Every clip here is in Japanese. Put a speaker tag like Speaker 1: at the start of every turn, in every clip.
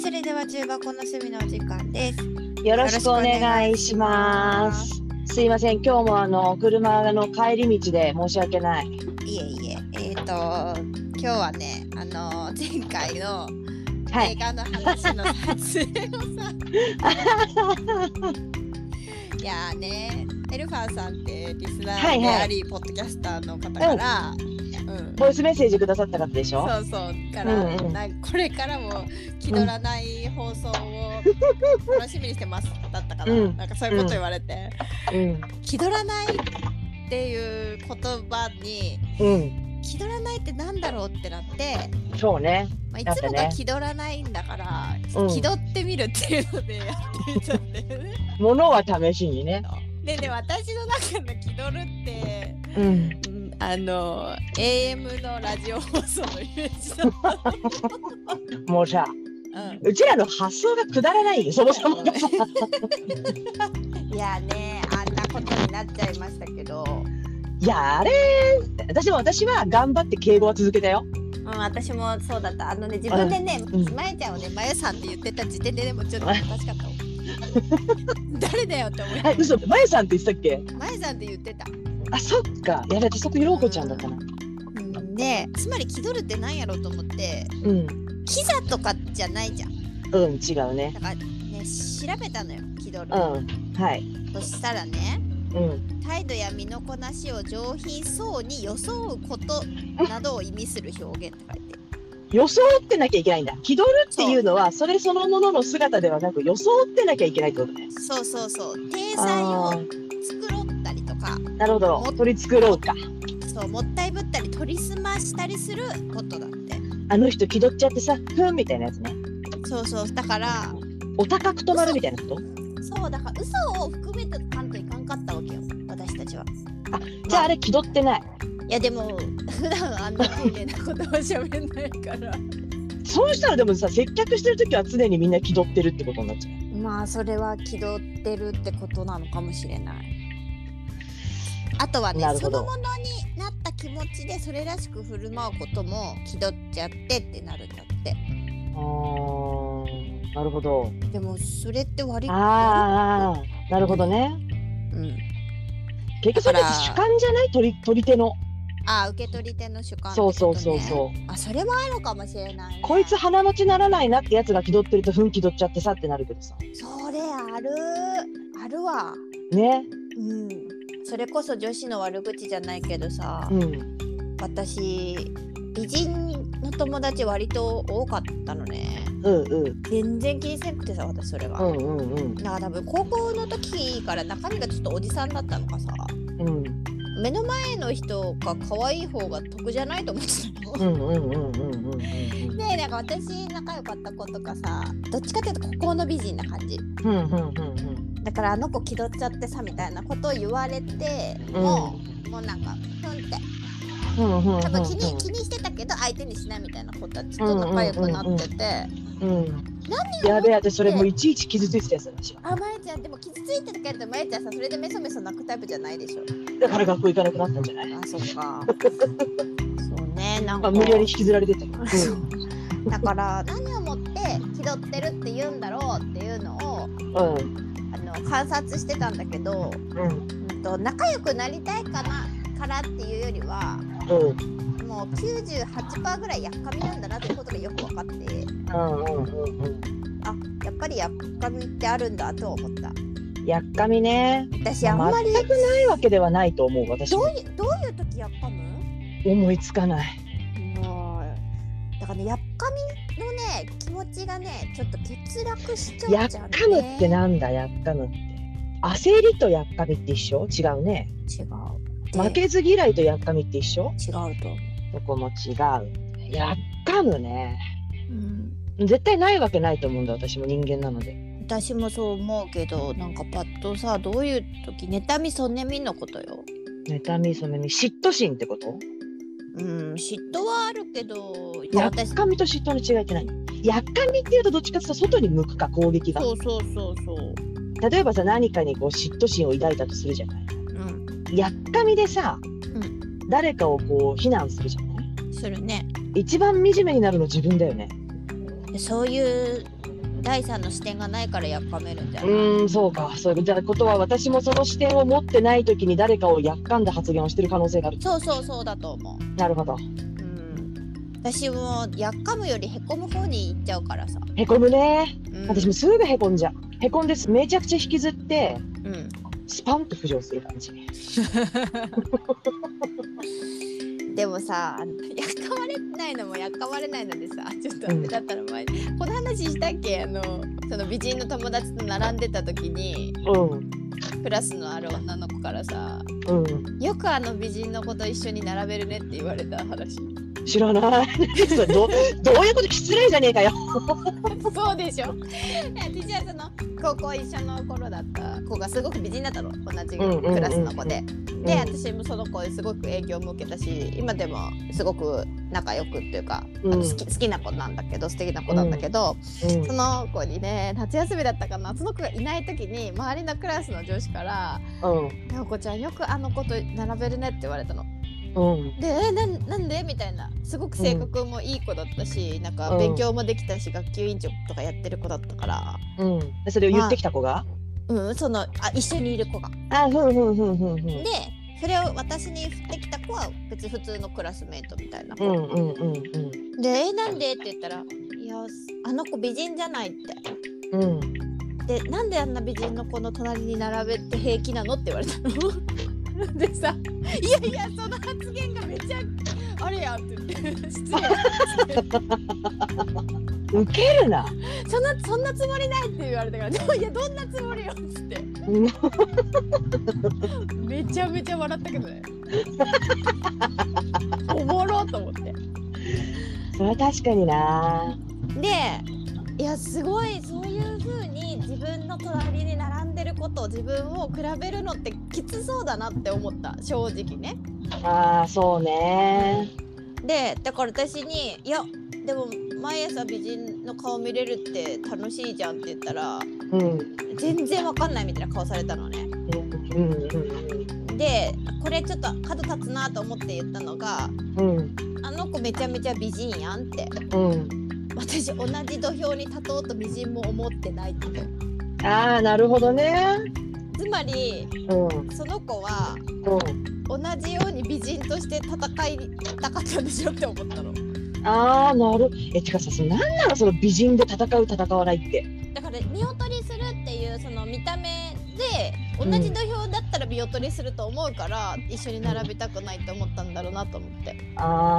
Speaker 1: それでは中箱の隅のお時間です。
Speaker 2: よろしくお願いします。すいません、今日もあの車の帰り道で申し訳ない。
Speaker 1: いえいえ、えっ、と今日はね、あの前回の
Speaker 2: は
Speaker 1: 映
Speaker 2: い、
Speaker 1: 画の話の撮影をさ、 い、やーね、エルファーさんってリスナーであり、ポッドキャスターの方から、うん、
Speaker 2: ボイスメッセージくださった方でしょ。
Speaker 1: そうそうから、
Speaker 2: うんうん
Speaker 1: なんかこれからも気取らない放送を楽しみにしてますだったから、
Speaker 2: うん
Speaker 1: なんかそういうこと言われて、
Speaker 2: うん、
Speaker 1: 気取らないっていう言葉に
Speaker 2: うん、
Speaker 1: 気取らないってなんだろうってなって、
Speaker 2: そうね。
Speaker 1: まあ、い
Speaker 2: だっ
Speaker 1: つ
Speaker 2: てね
Speaker 1: もが気取らないんだから、
Speaker 2: うん
Speaker 1: 気取ってみるっていうのでやってみたんだよね。
Speaker 2: ものは試しにね。
Speaker 1: でね私の中の気取るって、
Speaker 2: うん、
Speaker 1: うんあの AM のラジオ放送のイメージだった。
Speaker 2: もうさ、
Speaker 1: うん
Speaker 2: うちらの発想がくだらないよ、そもそもが。
Speaker 1: いやねあんなことになっちゃいましたけど、
Speaker 2: いや、あれ、私も私は頑張って敬語は続けたよ。
Speaker 1: うん、私もそうだったあのね自分でね、
Speaker 2: うん
Speaker 1: まゆちゃんをねまゆさんって言ってた時点ででもちょっとおかしか ったもん誰だよって思い
Speaker 2: はい、嘘、まゆさんって言ってたっけ。
Speaker 1: まゆさんって言ってた、
Speaker 2: あ、そっか、やべ、私そこよろこちゃんだったな。
Speaker 1: うん、でつまり気取るってなんやろうと思って
Speaker 2: うん、
Speaker 1: キザとかじゃないじゃん
Speaker 2: うん、違うね。
Speaker 1: だからね調べたのよ気取
Speaker 2: う
Speaker 1: る、
Speaker 2: ん、はい、
Speaker 1: そしたらね
Speaker 2: うん、
Speaker 1: 態度や身のこなしを上品そうに装うことなどを意味する表現って書いてる
Speaker 2: 装ってなきゃいけないんだ。気取るっていうのは、それそのものの姿ではなく、装ってなきゃいけないってことね。
Speaker 1: そうそうそう体裁
Speaker 2: あ
Speaker 1: を
Speaker 2: ー
Speaker 1: 繕ったりとか
Speaker 2: なるほど、取り繕うか。
Speaker 1: そうもったいぶったり取りすましたりすることだって
Speaker 2: あの人気取っちゃってさ、ふんみたいなやつね。
Speaker 1: そうそうだから
Speaker 2: お高く止まるみたいなこと。
Speaker 1: そうだから嘘を含めてかんといかんかったわけよ私たちは
Speaker 2: じゃあ、あれ気取ってない。
Speaker 1: いやでも 普段あんな丁寧なことは喋んないから
Speaker 2: そうしたら、でもさ、接客してる時は常にみんな気取ってるってことになっちゃう。
Speaker 1: まあそれは気取ってるってことなのかもしれないあとはね
Speaker 2: なる
Speaker 1: そ
Speaker 2: ほど
Speaker 1: のものになった気持ちでそれらしく振る舞うことも気取っちゃってってなるんだって
Speaker 2: あーなるほど。
Speaker 1: でもそれって割り
Speaker 2: ああ、なるほどね。
Speaker 1: うん、
Speaker 2: 結局それ
Speaker 1: だから
Speaker 2: 主観じゃない取り取り手の。
Speaker 1: ああ受け取り手の主観って
Speaker 2: そ
Speaker 1: こ
Speaker 2: うそ
Speaker 1: と、
Speaker 2: う
Speaker 1: ね、
Speaker 2: そうそう。
Speaker 1: あそれもあるかもしれないね、
Speaker 2: こいつ鼻持ちならないなってやつが気取ってると、ふん気取っちゃってさってなるけどさ。
Speaker 1: それあるあるわ
Speaker 2: ね。
Speaker 1: うんそれこそ女子の悪口じゃないけどさ、
Speaker 2: うん。
Speaker 1: 私美人の友達割と多かったのね
Speaker 2: うんうん。
Speaker 1: 全然気にせんくてさ私それ
Speaker 2: う
Speaker 1: は、
Speaker 2: んうんうん。
Speaker 1: だから多分高校の時から中身がちょっとおじさんだったのかさ
Speaker 2: うん
Speaker 1: 目の前の人が可愛い方が得じゃないと思ってたの
Speaker 2: うんうんうんうんうんうん
Speaker 1: でなんか私仲良かった子とかさどっちかっていうと孤高の美人な感じ
Speaker 2: うんうんうん
Speaker 1: だからあの子気取っちゃってさみたいなことを言われて
Speaker 2: うん
Speaker 1: もう、もうなんかふんって
Speaker 2: うんうんうん
Speaker 1: 多分気に気にしてたけど相手にしないみたいな子たちと仲良くなってて、
Speaker 2: うんやべえ私それもういちいち傷ついてたやつだ私は
Speaker 1: あまやちゃんでも傷ついてるけどまやちゃんさそれでメソメソ泣くタイプじゃないでしょ
Speaker 2: だから学校行かなくなったんじゃない
Speaker 1: あそっ かそうねなん
Speaker 2: ま
Speaker 1: か
Speaker 2: あ無理やり引きずられてたよ
Speaker 1: そうだから何をもって気取ってるって言うんだろうっていうのを
Speaker 2: うん
Speaker 1: あの観察してたんだけど、
Speaker 2: うん
Speaker 1: うん、と仲良くなりたいかなからっていうよりは
Speaker 2: うん
Speaker 1: もう98%ぐらいやっかみなんだなっていうことがよく分かって
Speaker 2: うんうんうん
Speaker 1: あやっぱりやっかみってあるんだとは思った
Speaker 2: やっかみね
Speaker 1: 私あんまり
Speaker 2: 全くないわけではないと思う私
Speaker 1: どういうどういう時やっかむ
Speaker 2: 思いつかない
Speaker 1: はい。だからね、やっかみのね、気持ちがね、ちょっと欠落しちゃ
Speaker 2: や
Speaker 1: う
Speaker 2: っ
Speaker 1: じゃ
Speaker 2: か
Speaker 1: ん、ね。
Speaker 2: むってなんだやっかむって焦りとやっかみって一緒違うね
Speaker 1: 違う。で
Speaker 2: 負けず嫌いとやっかみって一緒
Speaker 1: 違うと思う。
Speaker 2: どこも違うやっかむね
Speaker 1: うん。
Speaker 2: 絶対ないわけないと思うんだ私も人間なので
Speaker 1: 私もそう思うけど、なんかパッとさ、どういう時、妬み、そねみのことよ。
Speaker 2: 妬みそめみ嫉妬心ってこと
Speaker 1: うん、嫉妬はあるけど、いや
Speaker 2: やっ
Speaker 1: 私、
Speaker 2: かみと嫉妬の違いって何やっかみっていうとどっちかっていうと外に向くか攻撃が
Speaker 1: そうそうそうそう。
Speaker 2: 例えばさ何かにこう嫉妬心を抱いたとするじゃない
Speaker 1: うん、
Speaker 2: やっかみでさ、
Speaker 1: ん
Speaker 2: 誰かをこう非難するじゃない
Speaker 1: するね。
Speaker 2: 一番惨めになるの自分だよね
Speaker 1: そういう第三の視点がないからやっかめるんじゃない、
Speaker 2: うーん、そうか。そういうことは、私もその視点を持ってないときに誰かをやっかんだ発言をしてる可能性がある。
Speaker 1: そうそうそうだと思う
Speaker 2: なるほど。
Speaker 1: うん私もやっかむよりへこむ方に行っちゃうからさ、
Speaker 2: へこむね。
Speaker 1: うん、
Speaker 2: 私もすぐへこんじゃう。へこんです。めちゃくちゃ引きずって、
Speaker 1: うん
Speaker 2: スパンと浮上する感じ。
Speaker 1: でもさ やっかまれないのもやっかまれないのでさ ちょっとあ
Speaker 2: うん
Speaker 1: れだったら前、この話したっけあのその美人の友達と並んでた時に
Speaker 2: うん。
Speaker 1: クラスのある女の子からさ
Speaker 2: うん。
Speaker 1: 「よくあの美人の子と一緒に並べるね」って言われた話
Speaker 2: 知らない。それ どどういうこと失礼じゃねえかよ。
Speaker 1: そうでしょ私はその高校一緒の頃だった子がすごく美人だったの同じクラスの子で、で私もその子にすごく影響も受けたし今でもすごく仲良くっていうか、あの
Speaker 2: うん
Speaker 1: 好き好きな子なんだけど素敵な子なんだけど、
Speaker 2: うん
Speaker 1: その子にね夏休みだったかなその子がいない時に周りのクラスの女子から
Speaker 2: う
Speaker 1: 「
Speaker 2: ん
Speaker 1: なおこちゃんよくあの子と並べるね」って言われたの。
Speaker 2: うん
Speaker 1: で「えなんなんで?」みたいなすごく性格もいい子だったしなんか
Speaker 2: うん
Speaker 1: 勉強もできたし学級委員長とかやってる子だったから。
Speaker 2: うんでそれを言ってきた子が、
Speaker 1: うん、そのあ一緒にいる子が。
Speaker 2: あ、ふんふんふんふんふん
Speaker 1: でそれを私に振ってきた子は別に普通のクラスメートみたいな子
Speaker 2: うんうんうん
Speaker 1: で「えなんで?」って言ったら「いやあの子美人じゃない」っ
Speaker 2: うんうん
Speaker 1: て「でなんであんな美人の子の隣に並べて平気なの?」って 言われたの。でさ「いやいやその発言がめちゃあれや」って言って「失礼
Speaker 2: 受けるな
Speaker 1: そんなそんなつもりない」って言われたからで も「いやどんなつもりよ」っつって
Speaker 2: うん
Speaker 1: めちゃめちゃ笑ったけどね。おもろと思って。
Speaker 2: それは確かにな
Speaker 1: でいやすごいそういう風に自分の隣に並んでることを自分を比べるのってきつそうだなって思った正直ね。
Speaker 2: あーそうね
Speaker 1: でだから私に「いやでも毎朝美人の顔見れるって楽しいじゃん」って言ったら
Speaker 2: うんうん
Speaker 1: 全然わかんないみたいな顔されたのね。
Speaker 2: うん
Speaker 1: でこれちょっと角立つなと思って言ったのが「
Speaker 2: うんうん
Speaker 1: あの子めちゃめちゃ美人やん」って
Speaker 2: うん
Speaker 1: 私同じ土俵に立とうと美人も思ってないって。
Speaker 2: ああなるほどね
Speaker 1: つまり
Speaker 2: うん
Speaker 1: その子は
Speaker 2: う
Speaker 1: 同
Speaker 2: ん
Speaker 1: じように美人として戦いたかったんでしょって思ったの
Speaker 2: ああなるえてかさそのなんなのその美人で戦う戦わないって
Speaker 1: だから見劣りするっていうその見た目で同じ土俵だったら見劣りすると思うから、一緒に並びたくないと思ったんだろうなと思って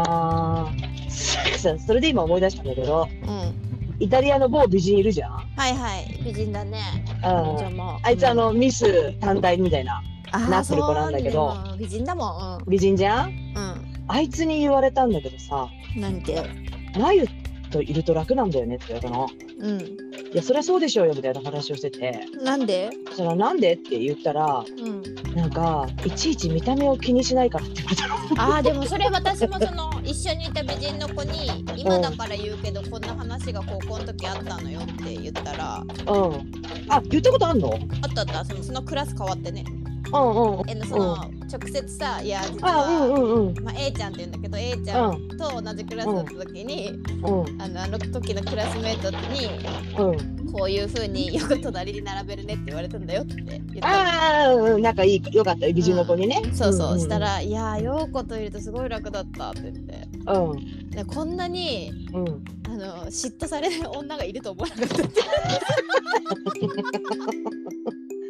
Speaker 2: ああさそれで今思い出したんだけど
Speaker 1: うん
Speaker 2: イタリアの某美人いるじゃん、
Speaker 1: はいはい美人だね
Speaker 2: うん
Speaker 1: じゃあもう
Speaker 2: あいつあのミス短大みたいな
Speaker 1: あー
Speaker 2: ナポリ子なんだけど
Speaker 1: そうでも美人だもん
Speaker 2: 美人じゃん
Speaker 1: うんう
Speaker 2: あいつに言われたんだけどさ
Speaker 1: んなんて
Speaker 2: 眉といると楽なんだよねって言われたの
Speaker 1: う
Speaker 2: いやそりゃそうでしょうよみたいな話をしてて
Speaker 1: んなんで
Speaker 2: そしたらなんでって言ったら
Speaker 1: うん
Speaker 2: なんかいちいち見た目を気にしないからって言われたの
Speaker 1: あーでもそれ私もその一緒にいた美人の子に今だから言うけどこんな話が高校の時あったのよって言ったらあ
Speaker 2: うんあ言ったことあんの
Speaker 1: ったあったそのそのクラス変わってね
Speaker 2: うんうん
Speaker 1: えのその直接さいや実
Speaker 2: あう
Speaker 1: は、
Speaker 2: んうんうん
Speaker 1: まあ、A ちゃんって言うんだけど A ち
Speaker 2: う
Speaker 1: ゃん
Speaker 2: ん
Speaker 1: と同じクラスだった時に
Speaker 2: うん
Speaker 1: あのあの時のクラスメートに
Speaker 2: うん
Speaker 1: こういう風によく隣に並べるねって言われたんだよって言ったの
Speaker 2: ああうん仲いいよかった美人の子にね、
Speaker 1: そうそう、
Speaker 2: んん
Speaker 1: したら「いやーようこといるとすごい楽だった」って言って
Speaker 2: うん
Speaker 1: でこんなに
Speaker 2: うん
Speaker 1: あの嫉妬される女がいると思わなかったって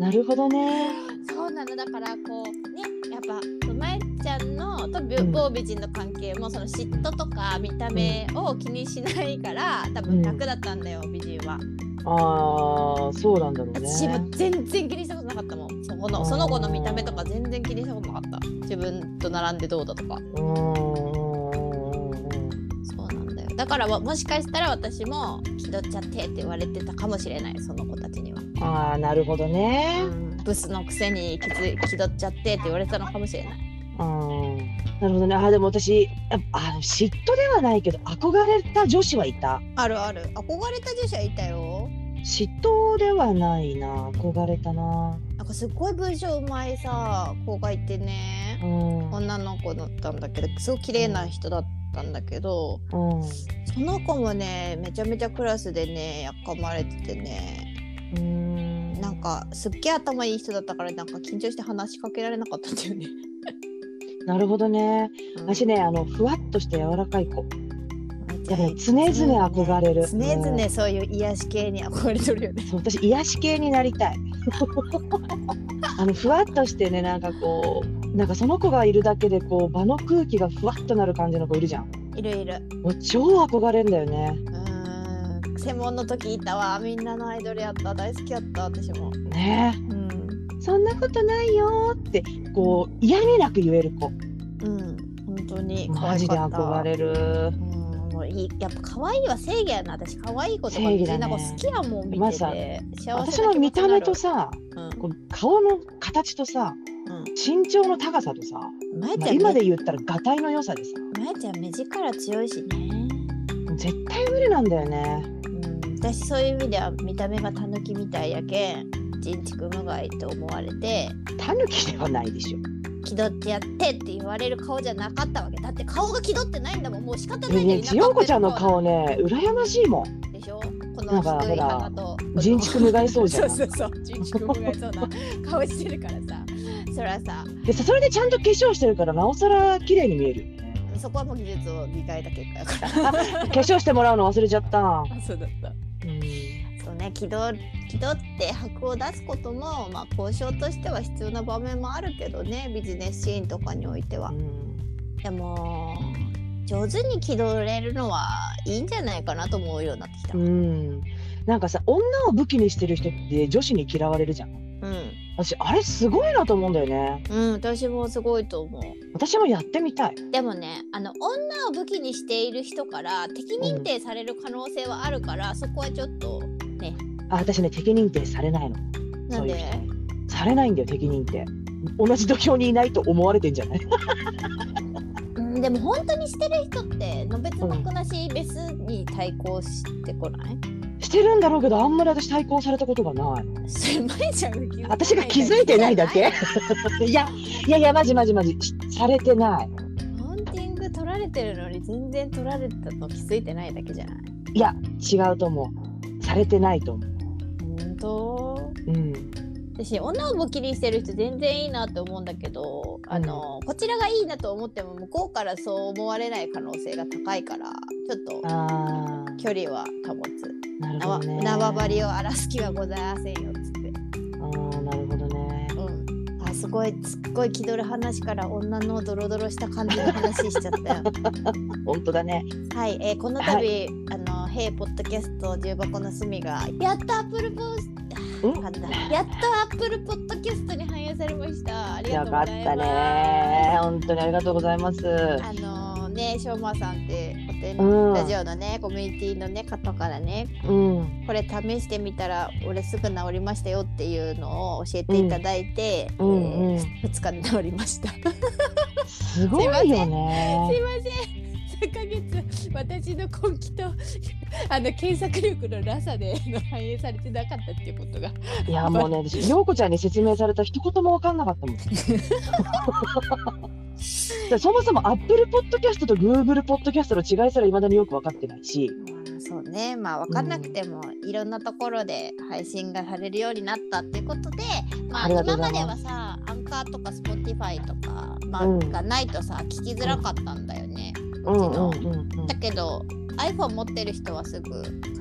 Speaker 2: なるほどね
Speaker 1: そうなのだからこうねやっぱまえちゃんのとび
Speaker 2: うん
Speaker 1: 某美人の関係もその嫉妬とか見た目を気にしないから多分楽だったんだよ、美人は
Speaker 2: ああそうなんだろうね
Speaker 1: 私も全然気にしたことなかったもんそこ
Speaker 2: あ
Speaker 1: の
Speaker 2: ー
Speaker 1: その子の見た目とか全然気にしたことなかった自分と並んでどうだとか
Speaker 2: うんうんうんうん
Speaker 1: そうなんだよだからわもしかしたら私も気取っちゃってって言われてたかもしれないその子たちには、
Speaker 2: ああなるほどね。
Speaker 1: ブスのくせに気づ気取っちゃってって言われてたのかもしれない
Speaker 2: うん。なるほどね。あーでも私やっぱあー嫉妬ではないけど憧れた女子はいた。
Speaker 1: あるある憧れた女子はいたよ
Speaker 2: 嫉妬ではないな。憧れたな。
Speaker 1: なんかすっごい文章うまいさ子がいてね
Speaker 2: うん。うん。
Speaker 1: 女の子だったんだけどすごい綺麗な人だったんだけどその子もねめちゃめちゃクラスでねやっかまれててね
Speaker 2: うん
Speaker 1: なんかすっげえ頭いい人だったからなんか緊張して話しかけられなかったんだよね。
Speaker 2: なるほどね
Speaker 1: うん
Speaker 2: 私ねあのふわっとして柔らかい子やっぱね常
Speaker 1: ね
Speaker 2: 々憧れる
Speaker 1: 常々そういう癒し系に憧れてるよね。
Speaker 2: そう私癒し系になり たいあのふわっとしてねなんかこうなんかその子がいるだけでこう場の空気がふわっとなる感じの子いるじゃん
Speaker 1: いるいる。
Speaker 2: もう超憧れんだよね
Speaker 1: うーん専門の時いたわみんなのアイドルやった大好きやった私も。
Speaker 2: ね
Speaker 1: うん、
Speaker 2: えそんなことないよーってこう嫌味なく言える子
Speaker 1: うん、本当に可愛かった
Speaker 2: マジで憧れる
Speaker 1: うんもういいやっぱ可愛いは正義やな私可愛い子とか
Speaker 2: 正義だね
Speaker 1: なんか好きやもん見
Speaker 2: ま
Speaker 1: て
Speaker 2: さ
Speaker 1: て幸
Speaker 2: 私
Speaker 1: せな
Speaker 2: の
Speaker 1: 気持
Speaker 2: 見
Speaker 1: ちに
Speaker 2: た
Speaker 1: な
Speaker 2: 目
Speaker 1: る
Speaker 2: とさ
Speaker 1: うん
Speaker 2: こう顔の形とさ
Speaker 1: うん
Speaker 2: 身長の高さとさ、
Speaker 1: まえ
Speaker 2: まあ
Speaker 1: ちゃん、
Speaker 2: 今
Speaker 1: ま
Speaker 2: で言ったらがたいの良さでさ
Speaker 1: えちゃん目力強いしね、
Speaker 2: 絶対無理なんだよね
Speaker 1: うん、私そういう意味では見た目がタヌキみたいやけん人畜無害と思われて
Speaker 2: タヌキではないでしょ
Speaker 1: 気取ってやってって言われる顔じゃなかったわけだって顔が気取ってないんだもんもう仕方ない
Speaker 2: いや
Speaker 1: ね
Speaker 2: ちよこちゃんの顔ね羨ましいもん
Speaker 1: でしょこ
Speaker 2: な
Speaker 1: の
Speaker 2: んか
Speaker 1: 低い
Speaker 2: ほら
Speaker 1: 鼻と
Speaker 2: 人畜無害そうじゃん
Speaker 1: そうそうそう人畜無 害そうな顔してるからさ そらさ
Speaker 2: でさそれでちゃんと化粧してるからなおさら綺麗に見える
Speaker 1: そこはもう技術を磨いた結果やから
Speaker 2: 化粧してもらうの忘れちゃった、
Speaker 1: そうだった
Speaker 2: うん、
Speaker 1: そうね気取気取って箔を出すことも、まあ、交渉としては必要な場面もあるけどねビジネスシーンとかにおいてはでも上手に気取れるのはいいんじゃないかなと思うようになってきた
Speaker 2: う、ん、なんかさ女を武器にしてる人って女子に嫌われるじゃん
Speaker 1: うん
Speaker 2: 私あれすごいなと思うんだよね
Speaker 1: うん、私もすごいと思う
Speaker 2: 私もやってみたい
Speaker 1: でもねあの女を武器にしている人から敵認定される可能性はあるから、そこはちょっと
Speaker 2: あ私ね敵認定されないの
Speaker 1: なんで
Speaker 2: そういう人されないんだよ敵認定同じ土俵にいないと思われてんじゃない
Speaker 1: うんでも本当にしてる人ってのべつ幕なしベスに対抗してこない、
Speaker 2: してるんだろうけどあんまり私対抗されたことがない
Speaker 1: それ前じゃん気づいてない
Speaker 2: 私が気づいてないだけいやいやいやマジマジマジされてない
Speaker 1: ハンティング取られてるのに全然取られたの気づいてないだけじゃない
Speaker 2: いや違うと思うされてないと思う
Speaker 1: 本当
Speaker 2: うん
Speaker 1: 私女を武器にしてる人全然いいなと思うんだけどあの、こちらがいいなと思っても向こうからそう思われない可能性が高いからちょっと
Speaker 2: あー
Speaker 1: 距離は保つ
Speaker 2: なる
Speaker 1: 縄
Speaker 2: ほどね
Speaker 1: 縄張りを荒らす気はございませんよっつって、
Speaker 2: あーなるほどね
Speaker 1: うん、あすごいすっごい気取る話から女のドロドロした感じの話しちゃったよ
Speaker 2: 本当だね
Speaker 1: はい、えーこの度、
Speaker 2: は
Speaker 1: あの「ヘイポッドキャスト重箱の隅が」やっとアップルポース
Speaker 2: ん
Speaker 1: あ噛んだやっとアップルポッドキャストに反映されましたありが
Speaker 2: よ
Speaker 1: とう
Speaker 2: か
Speaker 1: ご
Speaker 2: っ
Speaker 1: ざい
Speaker 2: たね
Speaker 1: ます
Speaker 2: 本当にありがとうございます
Speaker 1: あのねしょうまさんっておて
Speaker 2: うん
Speaker 1: ラジオのねコミュニティのね方からね
Speaker 2: うん
Speaker 1: これ試してみたら俺すぐ治りましたよっていうのを教えていただいて、
Speaker 2: うんうんうん
Speaker 1: えー2日で治りましたすい
Speaker 2: すごいよ
Speaker 1: ま
Speaker 2: ね
Speaker 1: せん3ヶ月私の根気とあの検索力のなさであの反映されてなかったっていうことが
Speaker 2: いやもうね私陽子ちゃんに説明された一言も分かんなかったもんでそもそもアップルポッドキャストとグーグルポッドキャストの違いすらいまだによく分かってないし
Speaker 1: そうねまあ分かんなくても、いろんなところで配信がされるようになったっていうことで、まあ、
Speaker 2: ありがと
Speaker 1: 今
Speaker 2: うご
Speaker 1: ま
Speaker 2: ざい
Speaker 1: で
Speaker 2: ま
Speaker 1: はさアンカーとか Spotify とか、まあ
Speaker 2: うん
Speaker 1: がないとさ聞きづらかったんだよね。
Speaker 2: うんうんうんうん
Speaker 1: だけど iPhone 持ってる人はすぐ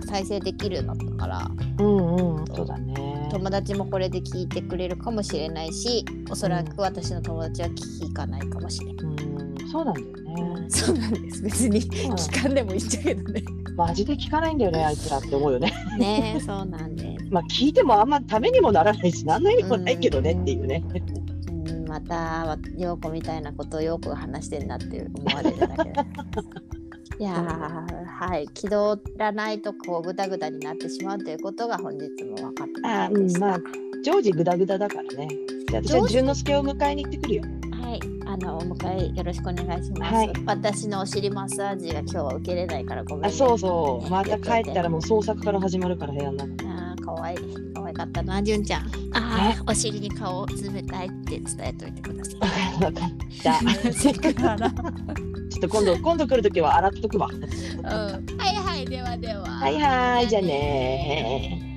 Speaker 1: 再生できるようになったから
Speaker 2: うんうんそうだね
Speaker 1: 友達もこれで聞いてくれるかもしれないしおそらく私の友達は聞き行かないかもしれない。
Speaker 2: うんそうなんだよね
Speaker 1: そうなんです別に聞かんでもいいんだけどね。
Speaker 2: マジで聞かないんだよねあいつらって思うよね
Speaker 1: ねそうなんです。
Speaker 2: まあ聞いてもあんまためにもならないし何の意味もないけどねっていうね
Speaker 1: うんまた陽子みたいなことを陽子が話してんなって思われるだけ だいやーはい気取らないとこうグダグダになってしまうということが本日も分かった
Speaker 2: あ
Speaker 1: こと
Speaker 2: う
Speaker 1: で
Speaker 2: ん
Speaker 1: した。
Speaker 2: まあ常時グダグダだからねじゃあ私は淳之介を迎えに行ってくるよ
Speaker 1: はい、あのお迎えよろしくお願いします。
Speaker 2: はい
Speaker 1: 私のお尻マッサージが今日は受けれないからごめん、ね。
Speaker 2: あそうそうまた帰ったらもう創作から始まる から部屋の中
Speaker 1: あー可愛い可愛かったな、純ちゃん。ああ、お尻に顔を冷たいって伝えといてくださ
Speaker 2: わかったわかっ た
Speaker 1: い。セクハラ。
Speaker 2: ちょっと今度今度来るときは洗っとくわ。
Speaker 3: うんはいはいではでは。
Speaker 1: はいはい、じゃあねー。